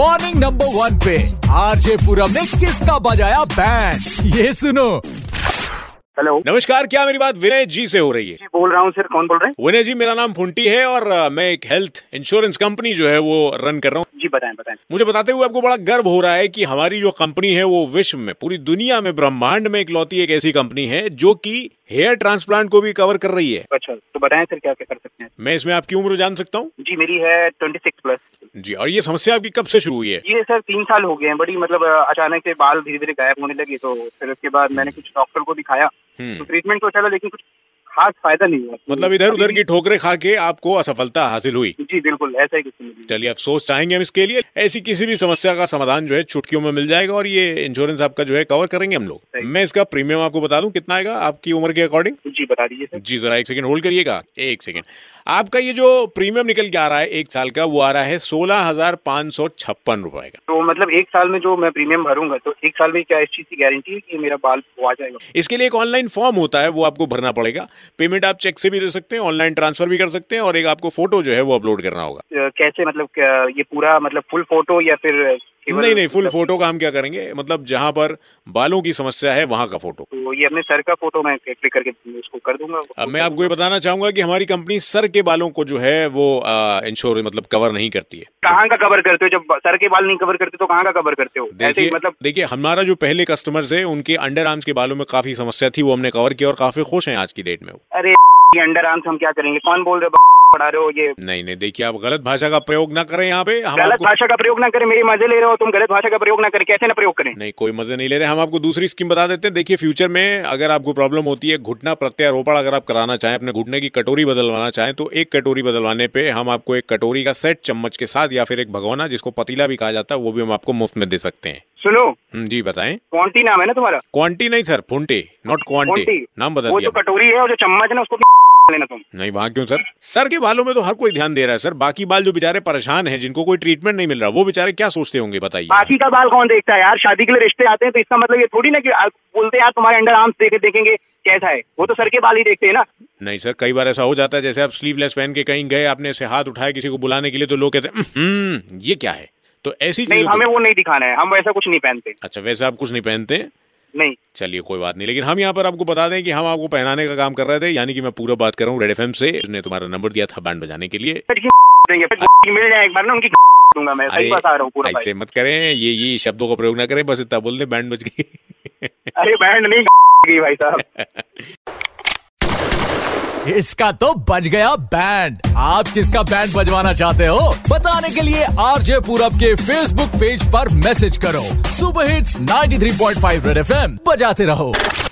Morning number one पे RJ पूरम ने किसका बजाया बैंड ये सुनो हेलो नमस्कार क्या मेरी बात विनय जी से हो रही है जी बोल रहा हूँ सर कौन बोल रहे हैं विनय जी मेरा नाम फुंटी है और अ, मैं एक हेल्थ इंश्योरेंस कंपनी जो है वो रन कर रहा हूँ जी बताएं बताएं मुझे बताते हुए आपको बड़ा गर्व हो रहा है कि हमारी जो कंपनी है वो विश्व में पूरी दुनिया में ब्रह्मांड में इकलौती एक ऐसी कंपनी है जो कि हेयर ट्रांसप्लांट को भी कवर कर रही है अच्छा तो बताएं सर क्या क्या कर सकते हैं मैं इसमें आपकी उम्र जान सकता हूँ जी मेरी है ट्वेंटी सिक्स प्लस जी और ये समस्या आपकी कब से शुरू हुई है ये सर तीन साल हो गए हैं बड़ी मतलब अ, अचानक से बाल धीरे धीरे गायब होने लगे तो फिर उसके बाद मैंने कुछ डॉक्टर को दिखाया तो ट्रीटमेंट तो चला लेकिन कुछ खास फायदा नहीं हुआ मतलब इधर उधर की ठोकरें खा के आपको असफलता हासिल हुई जी बिल्कुल ऐसा ही कुछ मिली चलिए अफसोस चाहेंगे हम इसके लिए ऐसी किसी भी समस्या का समाधान जो है चुटकियों में मिल जाएगा और ये इंश्योरेंस आपका जो है कवर करेंगे हम लोग सही। मैं इसका प्रीमियम आपको बता दूं कितना आएगा आपकी उम्र के अकॉर्डिंग जी बता दीजिए सर जी जरा एक सेकंड होल्ड करिएगा एक सेकंड आपका ये जो प्रीमियम निकल के आ रहा है एक साल का वो आ रहा है सोलह हजार पाँच सौ छप्पन रुपए का तो मतलब एक साल में जो मैं प्रीमियम भरूंगा तो एक साल में क्या इस चीज की गारंटी है कि मेरा बाल वो आ जाएगा इसके लिए एक ऑनलाइन फॉर्म होता है वो आपको भरना पड़ेगा पेमेंट आप चेक से भी दे सकते हैं ऑनलाइन ट्रांसफर भी कर सकते हैं और एक आपको फोटो जो है वो अपलोड करना होगा अ, कैसे मतलब क्या ये पूरा मतलब फुल फोटो या फिर केवल- नहीं नहीं फुल फोटो का हम क्या करेंगे मतलब जहाँ पर बालों की समस्या है वहाँ का फोटो तो ये अपने सर का फोटो मैं क्लिक करके उसको कर दूंगा अब मैं आपको ये बताना चाहूंगा कि हमारी कंपनी सर के बालों को जो है वो इंश्योर मतलब कवर नहीं करती है कहाँ का कवर करते हो जब सर के बाल नहीं कवर करते तो कहाँ का कवर करते हो ऐसे ही देखिए मतलब देखिए हमारा जो पहले कस्टमर्स है उनके अंडर आर्म्स के बालों में काफी समस्या थी वो हमने कवर किया और काफी खुश हैं आज की डेट में वो अरे ये अंडर आर्म्स हम क्या करेंगे कौन बोल रहे हो पढ़ा रहे हो ये नहीं नहीं देखिए आप गलत भाषा का प्रयोग ना करें यहाँ पे हम गलत आपको भाषा का प्रयोग ना करें मेरी मजे ले रहे हो तुम गलत भाषा का प्रयोग ना करें कैसे ना प्रयोग करें नहीं कोई मजे नहीं ले रहे हम आपको दूसरी स्कीम बता देते हैं देखिए फ्यूचर में अगर आपको प्रॉब्लम होती है घुटना प्रत्यारोपण अगर आप कराना चाहें अपने घुटने की कटोरी बदलवाना चाहें तो एक कटोरी बदलवाने पे हम आपको एक कटोरी का सेट चम्मच के साथ या फिर एक भगोना जिसको पतीला भी कहा जाता है वो भी हम आपको मुफ्त में दे सकते हैं सुनो हम्म, जी बताएं कौनटी नाम है ना तुम्हारा क्वांटी नहीं सर फुंटे नॉट क्वांटी कौनटी नाम बदल वो तो दिया जो कटोरी है और जो चम्मच है ना उसको लेना तुम नहीं वहाँ क्यों सर सर के बालों में तो हर कोई ध्यान दे रहा है सर बाकी बाल जो बेचारे परेशान हैं जिनको कोई ट्रीटमेंट नहीं मिल रहा वो बेचारे क्या सोचते होंगे बताइए बाकी का बाल कौन देखता है यार शादी के लिए रिश्ते आते हैं तो इसका मतलब ये थोड़ी ना कि आप बोलते हैं यार तुम्हारे अंडर आर्म्स देखे देखेंगे कैसा है वो तो सर के बाल ही देखते हैं ना नहीं सर कई बार ऐसा हो जाता है जैसे आप स्लीवलेस पहन के कहीं गए आपने ऐसे हाथ उठाया किसी को बुलाने के लिए तो लोग कहते हैं "हम्म, ये क्या है तो ऐसी नहीं चीजों हमें को- वो नहीं दिखाना है हम वैसा कुछ नहीं पहनते अच्छा वैसे आप कुछ नहीं पहनते हैं? नहीं चलिए कोई बात नहीं लेकिन हम यहाँ पर आपको बता दें कि हम आपको पहनाने का काम कर रहे थे यानी कि मैं पूरा बात कर रहा हूँ रेड एफ से उसने तुम्हारा नंबर दिया था बैंड बजाने के लिए फिर की देंगे फिर मिल जाए एक बार ना उनकी दूंगा मैं सही बता रहा हूँ पूरा भाई ऐसे मत करें ये ये शब्दों का प्रयोग ना करें बस इतना बोल दें बैंड बज गई अरे बैंड नहीं गई भाई साहब इसका तो बज गया बैंड आप किसका बैंड बजवाना चाहते हो बताने के लिए आरजे पूरब के फेसबुक पेज पर मैसेज करो सुपर हिट्स 93.5 रेड एफएम बजाते रहो